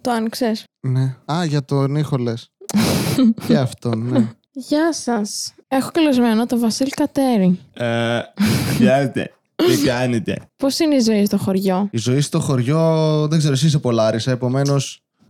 Το άνοιξες. Ναι. Α, για τον ήχο λες. και αυτό, ναι. Γεια σας. Έχω καλεσμένο τον Βασίλη Κατέρη. Ε, Γεια Τι κάνετε. Πώς είναι η ζωή στο χωριό, Η ζωή στο χωριό, δεν ξέρω, εσύ είσαι πολλάρισα, επομένω.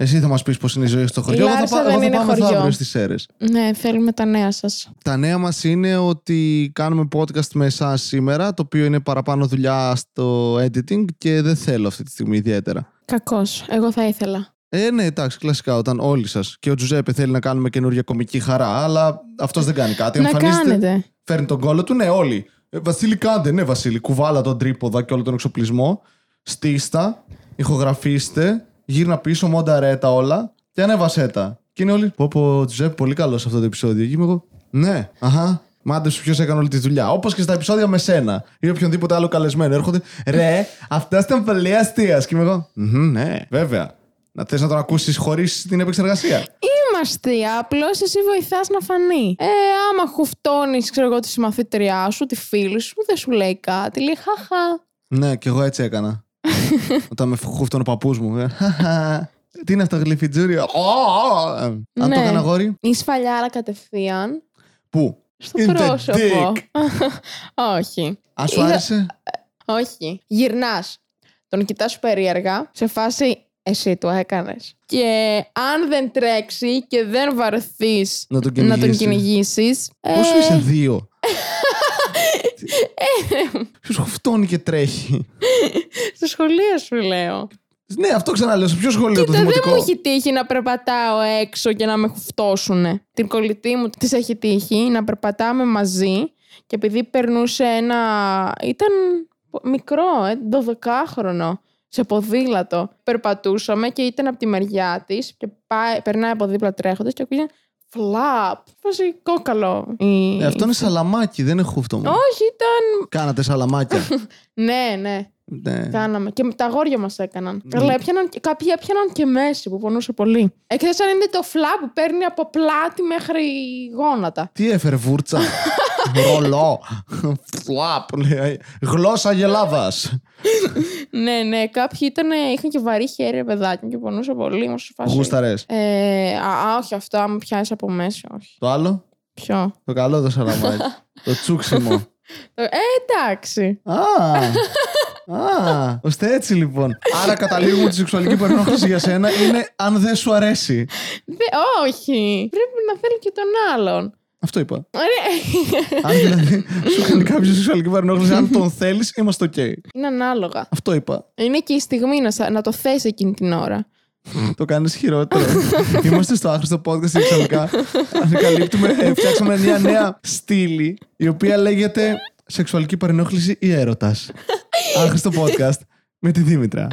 Εσύ θα μας πεις πώς είναι η ζωή στο χωριό. Εγώ θα, Λάρισα πάω- δεν εγώ θα είναι πάω χωριό. μεθαύριο στι αίρε. Ναι, θέλουμε τα νέα σας. Τα νέα μας είναι ότι κάνουμε podcast με εσάς σήμερα, το οποίο είναι παραπάνω δουλειά στο editing και δεν θέλω αυτή τη στιγμή ιδιαίτερα. Κακός. Εγώ θα ήθελα. Ε, ναι, εντάξει, κλασικά όταν όλοι σας. Και ο Τζουζέπε θέλει να κάνουμε καινούργια κομική χαρά, αλλά αυτός δεν κάνει κάτι. Να κάνετε. Φέρνει τον κόλλο του, ναι, όλοι. Ε, Βασίλη, κάντε, ναι, Βασίλη. Κουβάλα τον τρίποδα και όλο τον εξοπλισμό. Στήστα, ηχογραφήστε, γύρνα πίσω, μονταρέτα όλα και ανέβασέ τα. Και είναι όλοι. Πω, πω, Τζουζέπ, πολύ καλός σε αυτό το επεισόδιο. Και είμαι εγώ. Ναι, αχά. Μάντε σου ποιος έκανε όλη τη δουλειά. Όπως και στα επεισόδια με σένα ή οποιονδήποτε άλλο καλεσμένο. Έρχονται. Ρε, αυτά ήταν πολύ αστεία. Και είμαι εγώ. «Μμμ, ναι, βέβαια. Να θες να τον ακούσεις χωρίς την επεξεργασία. Είμαστε απλώς εσύ βοηθάς να φανεί. Ε, άμα χουφτώνεις, ξέρω εγώ, τη συμμαθήτριά σου, τη φίλη σου, δεν σου λέει κάτι. Λέει χαχά. Ναι, και εγώ έτσι έκανα. Όταν με χούφτωνε ο παππούς μου. ε, «Χαχα, Τι είναι αυτό γλυφιτζούρι. «Ω, ω». Ε, Αν το Ναι. έκανα γόρι. Η σφαλιάρα κατευθείαν. Πού. Στο In the πρόσωπο. Όχι. Αν σου Είδα- άρεσε. Όχι. Γυρνάς. Τον κοιτάς περίεργα. Σε φάση εσύ το έκανες. Και αν δεν τρέξει και δεν βαρεθείς Να τον να τον ε, κυνηγήσεις. κυνηγήσει. Πόσο είσαι δύο. Ε. Ποιος χουφτώνει και τρέχει. Στο σχολείο σου λέω. Ναι, αυτό ξαναλέω. Σε ποιο σχολείο το Κοίτα, δεν δημοτικό. μου έχει τύχει να περπατάω έξω και να με χουφτώσουνε. Την κολλητή μου της έχει τύχει να περπατάμε μαζί και επειδή περνούσε ένα. ήταν μικρό, ε, 12χρονο, σε ποδήλατο. Περπατούσαμε και ήταν από τη μεριά της και πάει, περνάει από δίπλα τρέχοντας και ακούγεται φλαπ. Φάζει κόκαλο. η- Ε, αυτό είναι σαλαμάκι, δεν είναι χούφτωμα. Όχι, ήταν. Κάνατε σαλαμάκια. Ναι, ναι, ναι. κάναμε. Και τα αγόρια μας έκαναν. Αλλά έπιαναν, και- κάποιοι έπιαναν και μέση που πονούσε πολύ. Εκτό αν είναι το φλαπ που παίρνει από πλάτη μέχρι γόνατα. Τι έφερε βούρτσα. Ρολό. Φλαπ. λέει. Γλώσσα γελάδα. Ναι, ναι, κάποιοι ήταν, είχαν και βαρύ χέρι, ρε παιδάκι μου, και πονούσε πολύ. Μου σου φάση. Γούσταρες. Ε, α, α, όχι, αυτό άμα πιάσει από μέση, όχι. Το άλλο. Ποιο. Το καλό το σαλαμάκι. το τσούξιμο. Ε, εντάξει. Α, α, ώστε έτσι λοιπόν. Άρα καταλήγουμε ότι η σεξουαλική παρενόχληση για σένα είναι αν δεν σου αρέσει. Δε, όχι. Πρέπει να θέλει και τον άλλον. Αυτό είπα. Ωραία. Αν δηλαδή σου κάνει κάποιος σεξουαλική παρενόχληση, αν τον θέλεις, είμαστε οκ. Είναι ανάλογα. Αυτό είπα. Είναι και η στιγμή να, σα- να το θέσει εκείνη την ώρα. Το κάνεις χειρότερο. Είμαστε στο άχρηστο podcast και ξαφνικά ανακαλύπτουμε, ε, φτιάξαμε μια νέα στήλη η οποία λέγεται σεξουαλική παρενόχληση ή έρωτας. Άχρηστο podcast με τη Δήμητρα.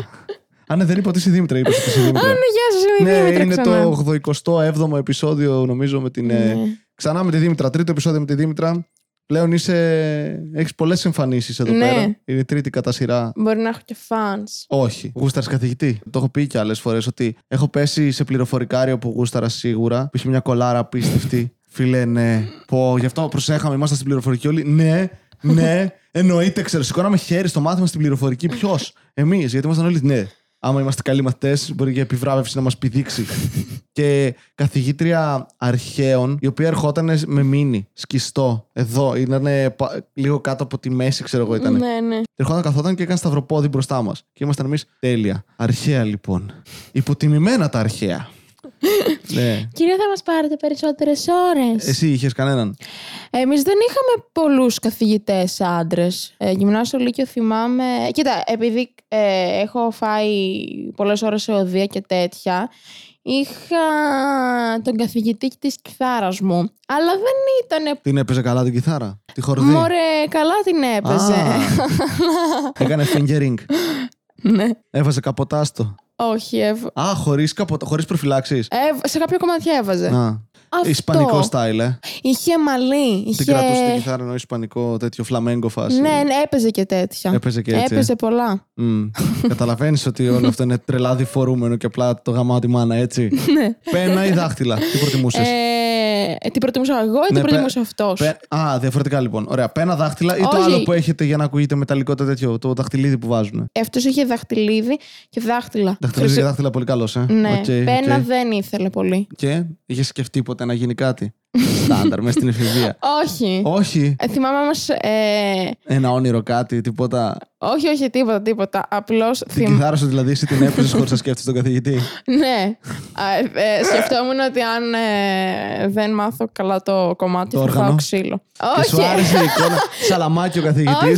Αν δεν είπα ότι είσαι η Δήμητρα, είπες ότι είσαι η Α, Δήμητρα. ναι, γεια σου, Ναι, Δήμητρα, είναι ξανά. το 87ο επεισόδιο, νομίζω, με την. ε, Ναι. Ξανά με τη Δήμητρα. Τρίτο επεισόδιο με τη Δήμητρα. Πλέον είσαι. Έχεις πολλές εμφανίσεις εδώ Ναι. πέρα. Είναι η τρίτη κατά σειρά. Μπορεί να έχω και fans. Όχι. Γούσταρα καθηγητή. Το έχω πει και άλλες φορές ότι έχω πέσει σε πληροφορικάριο που γούσταρα σίγουρα. Που είχε μια κολάρα απίστευτη. Φίλε, ναι. Πω, γι' αυτό προσέχαμε. Ήμασταν στην πληροφορική όλοι. Ναι, ναι. Εννοείται, ξέρω. Σηκώναμε χέρι στο μάθημα στην πληροφορική. Ποιος. Εμείς, γιατί ήμασταν όλοι. Ναι. Άμα είμαστε καλοί μαθητές, μπορεί για επιβράβευση να μας πηδήξει. και καθηγήτρια αρχαίων, η οποία ερχόταν με μήνυ, σκιστό, εδώ, ήταν λίγο κάτω από τη μέση, ξέρω εγώ ήταν. Ναι, ναι. Ερχόταν, καθόταν και έκανε σταυροπόδι μπροστά μας. Και ήμασταν εμείς τέλεια. Αρχαία λοιπόν. Υποτιμημένα τα αρχαία. ναι. Κυρία, θα μας πάρετε περισσότερες ώρες. Εσύ είχες κανέναν. Εμείς δεν είχαμε πολλούς καθηγητές άντρες. Ε, γυμνάσιο Λύκειο θυμάμαι... Κοίτα, επειδή ε, έχω φάει πολλές ώρες σε οδεία και τέτοια, είχα τον καθηγητή της κιθάρας μου. Αλλά δεν ήταν... Την έπαιζε καλά την κιθάρα. Τη χορδή. Μωρέ, καλά την έπαιζε. Α. Έκανε fingering. ναι. Έβαζε καποτάστο. Όχι, ευ... Α, χωρίς καποτα... χωρίς προφυλάξεις. ευ- σε κάποιο κομμάτια έβαζε. Να. Ε, Αυτό. Ισπανικό style, ε. Είχε μαλλί. Την Είχε... κρατούσε την κιθάρα ενώ ισπανικό τέτοιο φλαμέγκο φάση. Ναι, ναι, έπαιζε και τέτοια. Έπαιζε και έτσι. ε. Έπαιζε πολλά. Καταλαβαίνεις ότι όλο αυτό είναι τρελάδι φορούμενο και απλά το γαμάτι μάνα, έτσι. Πένα ή δάχτυλα. Τι προτιμούσες. Ναι. Ε, Ε, τι προτιμούσα εγώ ή τι Ναι, προτιμούσε πε- αυτός. πε- Α, διαφορετικά λοιπόν. Ωραία. Πένα δάχτυλα ή το Όχι. άλλο που έχετε για να ακούγεται μεταλλικό το τέτοιο, το δαχτυλίδι που βάζουν. Αυτός είχε δαχτυλίδι και δάχτυλα. Δαχτυλίδι Χρυσο- και δάχτυλα πολύ καλός, ε. Ναι, Οκ, πένα οκ. δεν ήθελε πολύ. Και είχες σκεφτεί ποτέ να γίνει κάτι. Στάνταρ, μέσα στην εφηβεία. Όχι. Όχι. Ε, θυμάμαι όμως. Ε, Ένα όνειρο, κάτι, τίποτα. όχι, όχι, τίποτα, τίποτα. Απλώς Την θυμάμαι. κιθάρα σου δηλαδή, εσύ την έπαιζες χωρίς να σκέφτεσαι τον καθηγητή. Ναι. Α, ε, ε, σκεφτόμουν ότι αν ε, δεν μάθω καλά το κομμάτι Το θα όργανο. φάω ξύλο. Και σου Όχι. άρεσε η εικόνα. Σαλαμάκι ο καθηγητής. Όχι.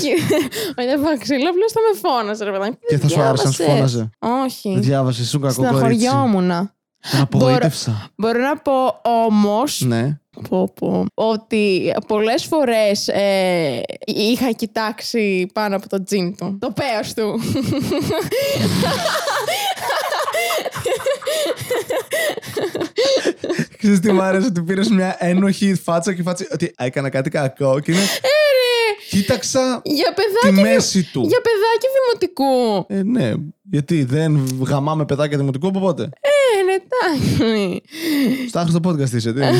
Όχι, δεν φάω ξύλο, απλώς θα με φώναζε, ρε παιδάκι. Και θα σου άρεσε να σου Διάβασες. φώναζε. Όχι. Δεν διάβασες, σου κακό κορίτσι. Στεναχωριόμουν. Τον απογοήτευσα. Μπορώ να πω όμως Ναι. ότι πολλές φορές είχα κοιτάξει πάνω από το τζιν του. Το πέα του. Ξέρεις τι μου άρεσε ότι πήρες μια ένοχη φάτσα και φάτσα ότι έκανα κάτι κακό και είναι. Κοίταξα Ε, Για τη παιδάκι. μέση του. Για παιδάκι δημοτικού. Ε, ναι, γιατί δεν γαμάμε παιδάκια δημοτικού από πότε. Ε, ναι, εντάξει. Στάχνει το podcast είσαι, τι.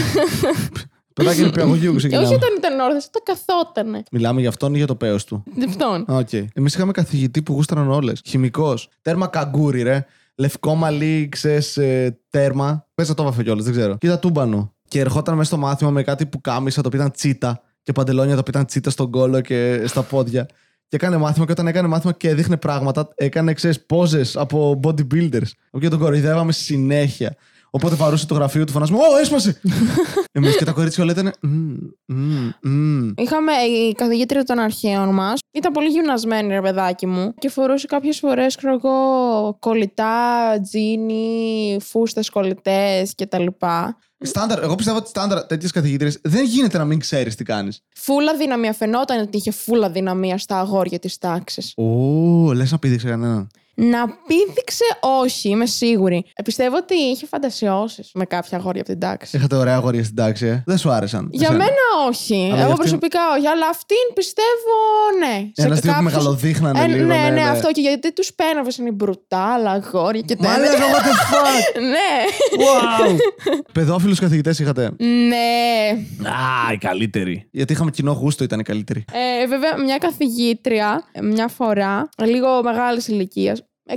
Παιδάκια νηπιαγωγείου Όχι ξεκινάμε. όταν ήταν όρθιος, το καθότανε. Λοιπόν, Μιλάμε για αυτόν ή για το πέος του. Διπτών. Οκ. Εμείς Λοιπόν, είχαμε καθηγητή που γούσταραν όλες. Χημικός. Τέρμα καγκούρι, ρε. Λευκό μαλλί, ξέρεις, ε, τέρμα. Πες να το βάφε κιόλας, δεν ξέρω. Και ήταν τούμπανο. Και ερχόταν μέσα στο μάθημα με κάτι που κάμισα, το οποίο ήταν τσίτα. Και παντελόνια, το οποίο ήταν τσίτα στον κόλο και στα πόδια. Και έκανε μάθημα και όταν έκανε μάθημα και έδειχνε πράγματα, έκανε ξέρεις πόζε από bodybuilders. Οπότε τον κοροϊδεύαμε συνέχεια. Οπότε βαρούσε το γραφείο του, φωνάζουμε Ω, έσπασε! Εμείς και τα κορίτσια όλα ήταν. «Μμ, μμ, μμ». Είχαμε η καθηγήτρια των αρχαίων μας. Ήταν πολύ γυμνασμένη, ρε παιδάκι μου. Και φορούσε κάποιες φορές, ξέρω εγώ, κολλητά, τζίνι, φούστες κολλητές κτλ. Στάνταρ, εγώ πιστεύω ότι στάνταρ τέτοιες καθηγήτρε δεν γίνεται να μην ξέρεις τι κάνεις. Φούλα δυναμία. Φαινόταν ότι είχε φούλα δυναμία στα αγόρια της τάξης. Ω, λες να ναι. πήδηξε κανέναν. Να πήδηξε όχι, είμαι σίγουρη. Ε, πιστεύω ότι είχε φαντασιώσεις με κάποια αγόρια από την τάξη. Είχατε ωραία αγόρια στην τάξη, ε. Δεν σου άρεσαν. Για Εσένα. μένα όχι. για Εγώ αυτήν- προσωπικά όχι. Αλλά αυτήν πιστεύω ναι. Σε Ένα δύο που κάποιους- μεγαλοδείχνανε Ε, λίγο. ναι, ναι, αυτό και γιατί τους πέναβες είναι μπρουτάλα, αγόρια και Μαλάκα, τέτοια. what the fuck! ναι. Wow! Παιδόφιλους καθηγητές είχατε. Ναι. Α, η καλύτερη. Γιατί είχαμε κοινό γούστο, ήταν οι καλύτεροι. Ε, βέβαια, μια καθηγήτρια ε, μια φορά, λίγο μεγάλης ηλικίας, 60.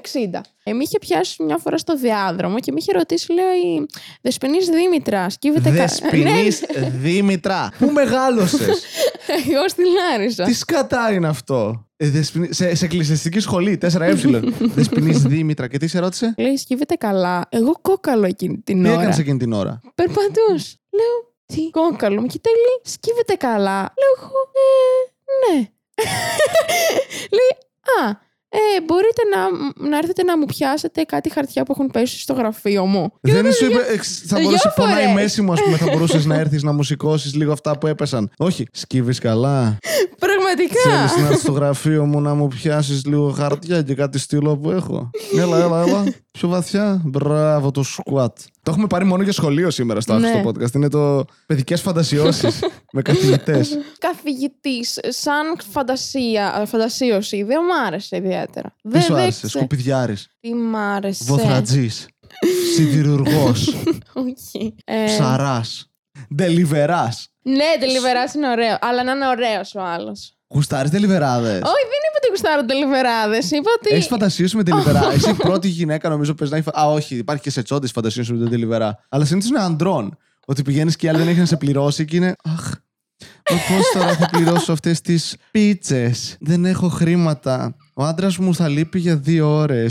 Ε, με είχε πιάσει μια φορά στο διάδρομο και με είχε ρωτήσει, λέει, Δεσπινή Δήμητρα, σκύβεται κα- Ναι, Δεσπινή Δήμητρα. Πού μεγάλωσες. ναι, εγώ στη Λάρισα. Τι σκατά είναι αυτό. Ε, Δεσποινή- Σε, σε εκκλησιαστική σχολή, 4Ε. Δεσπινή Δήμητρα. Και τι σε ρώτησε. Λέει, σκύβεται καλά. Εγώ κόκαλο εκείνη την Τι έκανε ώρα. εκείνη την ώρα. Περπατούς. Λέω, τι κόκαλο. Μου κοιτάει, λέει, σκύβεται καλά. Λέω εγώ, «Ε, ναι. λέει, α, ε, μπορείτε να, να έρθετε να μου πιάσετε κάτι χαρτιά που έχουν πέσει στο γραφείο μου. Και Δεν λέω, σου είπε. εξ- Θα δυο μπορούσε πονάει η φορές. μέση μου, ας πούμε. Θα μπορούσες να έρθεις να μου σηκώσεις λίγο αυτά που έπεσαν. Όχι. Σκύβεις καλά. Πραγματικά. Θέλεις να έρθεις στο γραφείο μου να μου πιάσεις λίγο χαρτιά και κάτι στυλό που έχω. Έλα, έλα, έλα. Πιο βαθιά. Μπράβο το σκουάτ. Το έχουμε πάρει μόνο για σχολείο σήμερα στο Ναι. ναι. podcast. Είναι το παιδικές φαντασιώσεις με καθηγητές. Καθηγητής, σαν φαντασία, φαντασίωση, δεν μου άρεσε ιδιαίτερα. Τι Δεν σου άρεσε, ξε- σκουπιδιάρης, Τι μ' άρεσε. βοθρατζής, σιδηρουργός, Όχι. Ε, ψαράς, ντελιβεράς. ναι, τελειβερά είναι ωραίο. Αλλά να είναι ωραίος ο άλλος. Γουστάρι τελιβεράδες. Όχι, δεν είπα ότι γουστάρω τελειβεράδε. Είπα ότι. Έχεις φαντασίωση με τη Λιβερά. Εσύ η πρώτη γυναίκα νομίζω πες να έχει. φα- Α, όχι, υπάρχει και σε τσόντες φαντασίωση με την Λιβερά. Αλλά συνήθως είναι ανδρών. Ότι πηγαίνεις και οι άλλοι δεν έχουν σε πληρώσει και είναι. Αχ, πώς τώρα θα πληρώσω αυτές τις πίτσες. Δεν έχω χρήματα. Ο άντρας μου θα λείπει για δύο ώρες.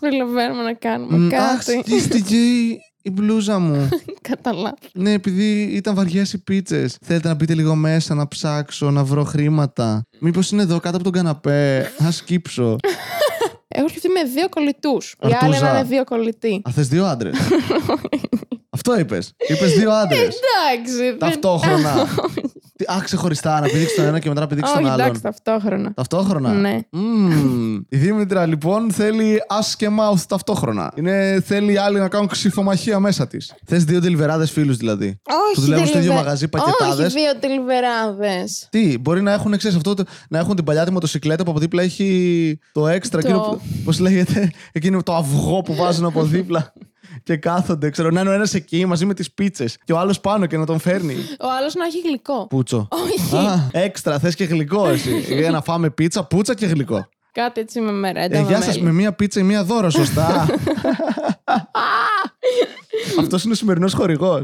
Προλαβαίνουμε να κάνουμε Αχ, κάτι. σκίστηκε η, η μπλούζα μου. Καταλάβω. ναι, επειδή ήταν βαριές οι πίτσες. Θέλετε να μπείτε λίγο μέσα, να ψάξω, να βρω χρήματα. Μήπως είναι εδώ κάτω από τον καναπέ. Ας σκύψω. Έχω σκεφτεί με δύο κολλητούς. Οι Αρτούζα. άλλοι να είναι δύο κολλητοί. Α, θες δύο άντρες. Αυτό είπες. Είπες δύο άντρες. Εντάξει. Ε, δεν- ταυτόχρονα. Τι- Α, ξεχωριστά, να πηδήξει τον ένα και μετά να πηδήξει τον Όχι, εντάξει, άλλον. ταυτόχρονα. Ταυτόχρονα. Ναι. Μμμ. Η Δήμητρα λοιπόν θέλει ass και mouth ταυτόχρονα. Είναι, θέλει άλλοι να κάνουν ξυφομαχία μέσα της. Θες δύο τελιβεράδες φίλους δηλαδή. Όχι, Που δουλεύουν στο ίδιο τελιβε- μαγαζί, πακετάδες. Όχι, δύο τελιβεράδες. Τι, μπορεί να έχουν, ξέρεις, αυτό, το- να έχουν την παλιά τη μοτοσυκλέτα που από δίπλα έχει το έξτρα, Το- εκείνο, που- πώς λέγεται, εκείνο το αυγό που βάζουν από δίπλα. και κάθονται. Ξέρω να είναι ο ένας εκεί μαζί με τις πίτσες και ο άλλος πάνω και να τον φέρνει. Ο άλλος να έχει γλυκό. Πούτσο. Όχι. Α, έξτρα, θες και γλυκό εσύ. Για να φάμε πίτσα, πούτσα και γλυκό. Κάτι έτσι με μερέντα. Ε, γεια σας, μέλι. με μία πίτσα ή μία δώρο, σωστά. Αυτός είναι ο σημερινός χορηγός.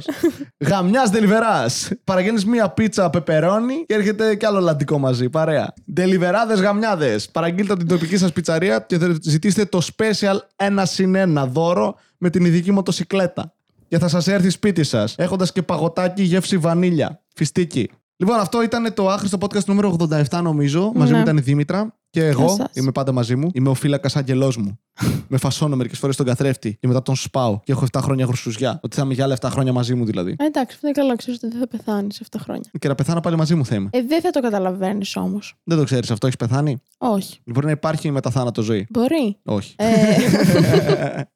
Γαμιά Δελιβερά. Παραγγέλνεις μία πίτσα πεπερώνι και έρχεται κι άλλο λαντικό μαζί. Παρέα. Δελιβεράδε γαμιάδες. Παραγγείλτε από την τοπική σας πιτσαρία και θα ζητήστε το special 1 συν 1 δώρο με την ειδική μοτοσικλέτα. Και θα σας έρθει σπίτι σας, έχοντας και παγωτάκι γεύση βανίλια. Φιστίκι. Λοιπόν, αυτό ήταν το άχρηστο podcast νούμερο 87, νομίζω. Μαζί Ναι. μου ήταν η Δήμητρα. Και εγώ σας. είμαι πάντα μαζί μου. Είμαι ο φύλακας άγγελός μου. με φασώνω μερικές φορές στον καθρέφτη και μετά τον σπάω. Και έχω 7 χρόνια χρυσουζιά. Ότι θα είμαι για άλλα 7 χρόνια μαζί μου δηλαδή. Ε, Εντάξει, αυτό είναι καλό. Ξέρεις ότι δεν θα πεθάνεις σε 7 χρόνια. και να πεθάνω πάλι μαζί μου θα είμαι. Ε, δεν θα το καταλαβαίνεις όμως. Δεν το ξέρεις αυτό, έχεις πεθάνει. Όχι. Μπορεί να υπάρχει μεταθάνατο ζωή. Μπορεί. Όχι. Ε,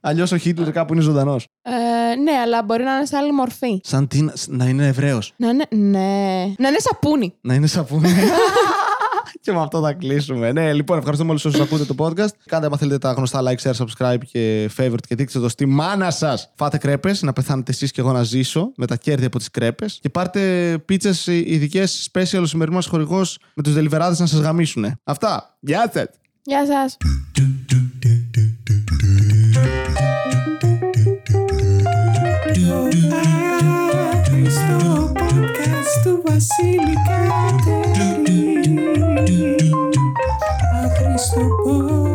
Αλλιώς ο Χίτλερ κάπου είναι ζωντανός. ε, ναι, αλλά μπορεί να είναι σε άλλη μορφή. Σαν τι, να- να είναι Εβραίος. Να είναι. Ναι. Να είναι σαπούνι. Να είναι σαπούνι. και με αυτό θα κλείσουμε. Ναι, λοιπόν, ευχαριστούμε όλους όσους ακούτε το podcast. Κάντε, άμα θέλετε, τα γνωστά like, share, subscribe και favorite και δείξτε το στη μάνα σας. Φάτε κρέπες, να πεθάνετε εσείς και εγώ να ζήσω με τα κέρδη από τις κρέπες. Και πάρτε πίτσες ειδικέ special ο σημερινός χορηγός με τους δελιβεράδε να σας γαμίσουν. Αυτά. Γεια σας. Γεια σας. Άχρηστο podcast του Βασίλη Κατέρη. Άχρηστο podcast.